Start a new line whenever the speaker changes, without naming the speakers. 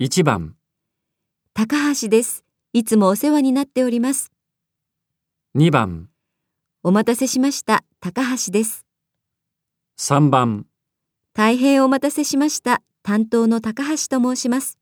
1番、
高橋です。いつもお世話になっております。
2番、
お待たせしました。高橋です。
3番。
大変お待たせしました。担当の高橋と申します。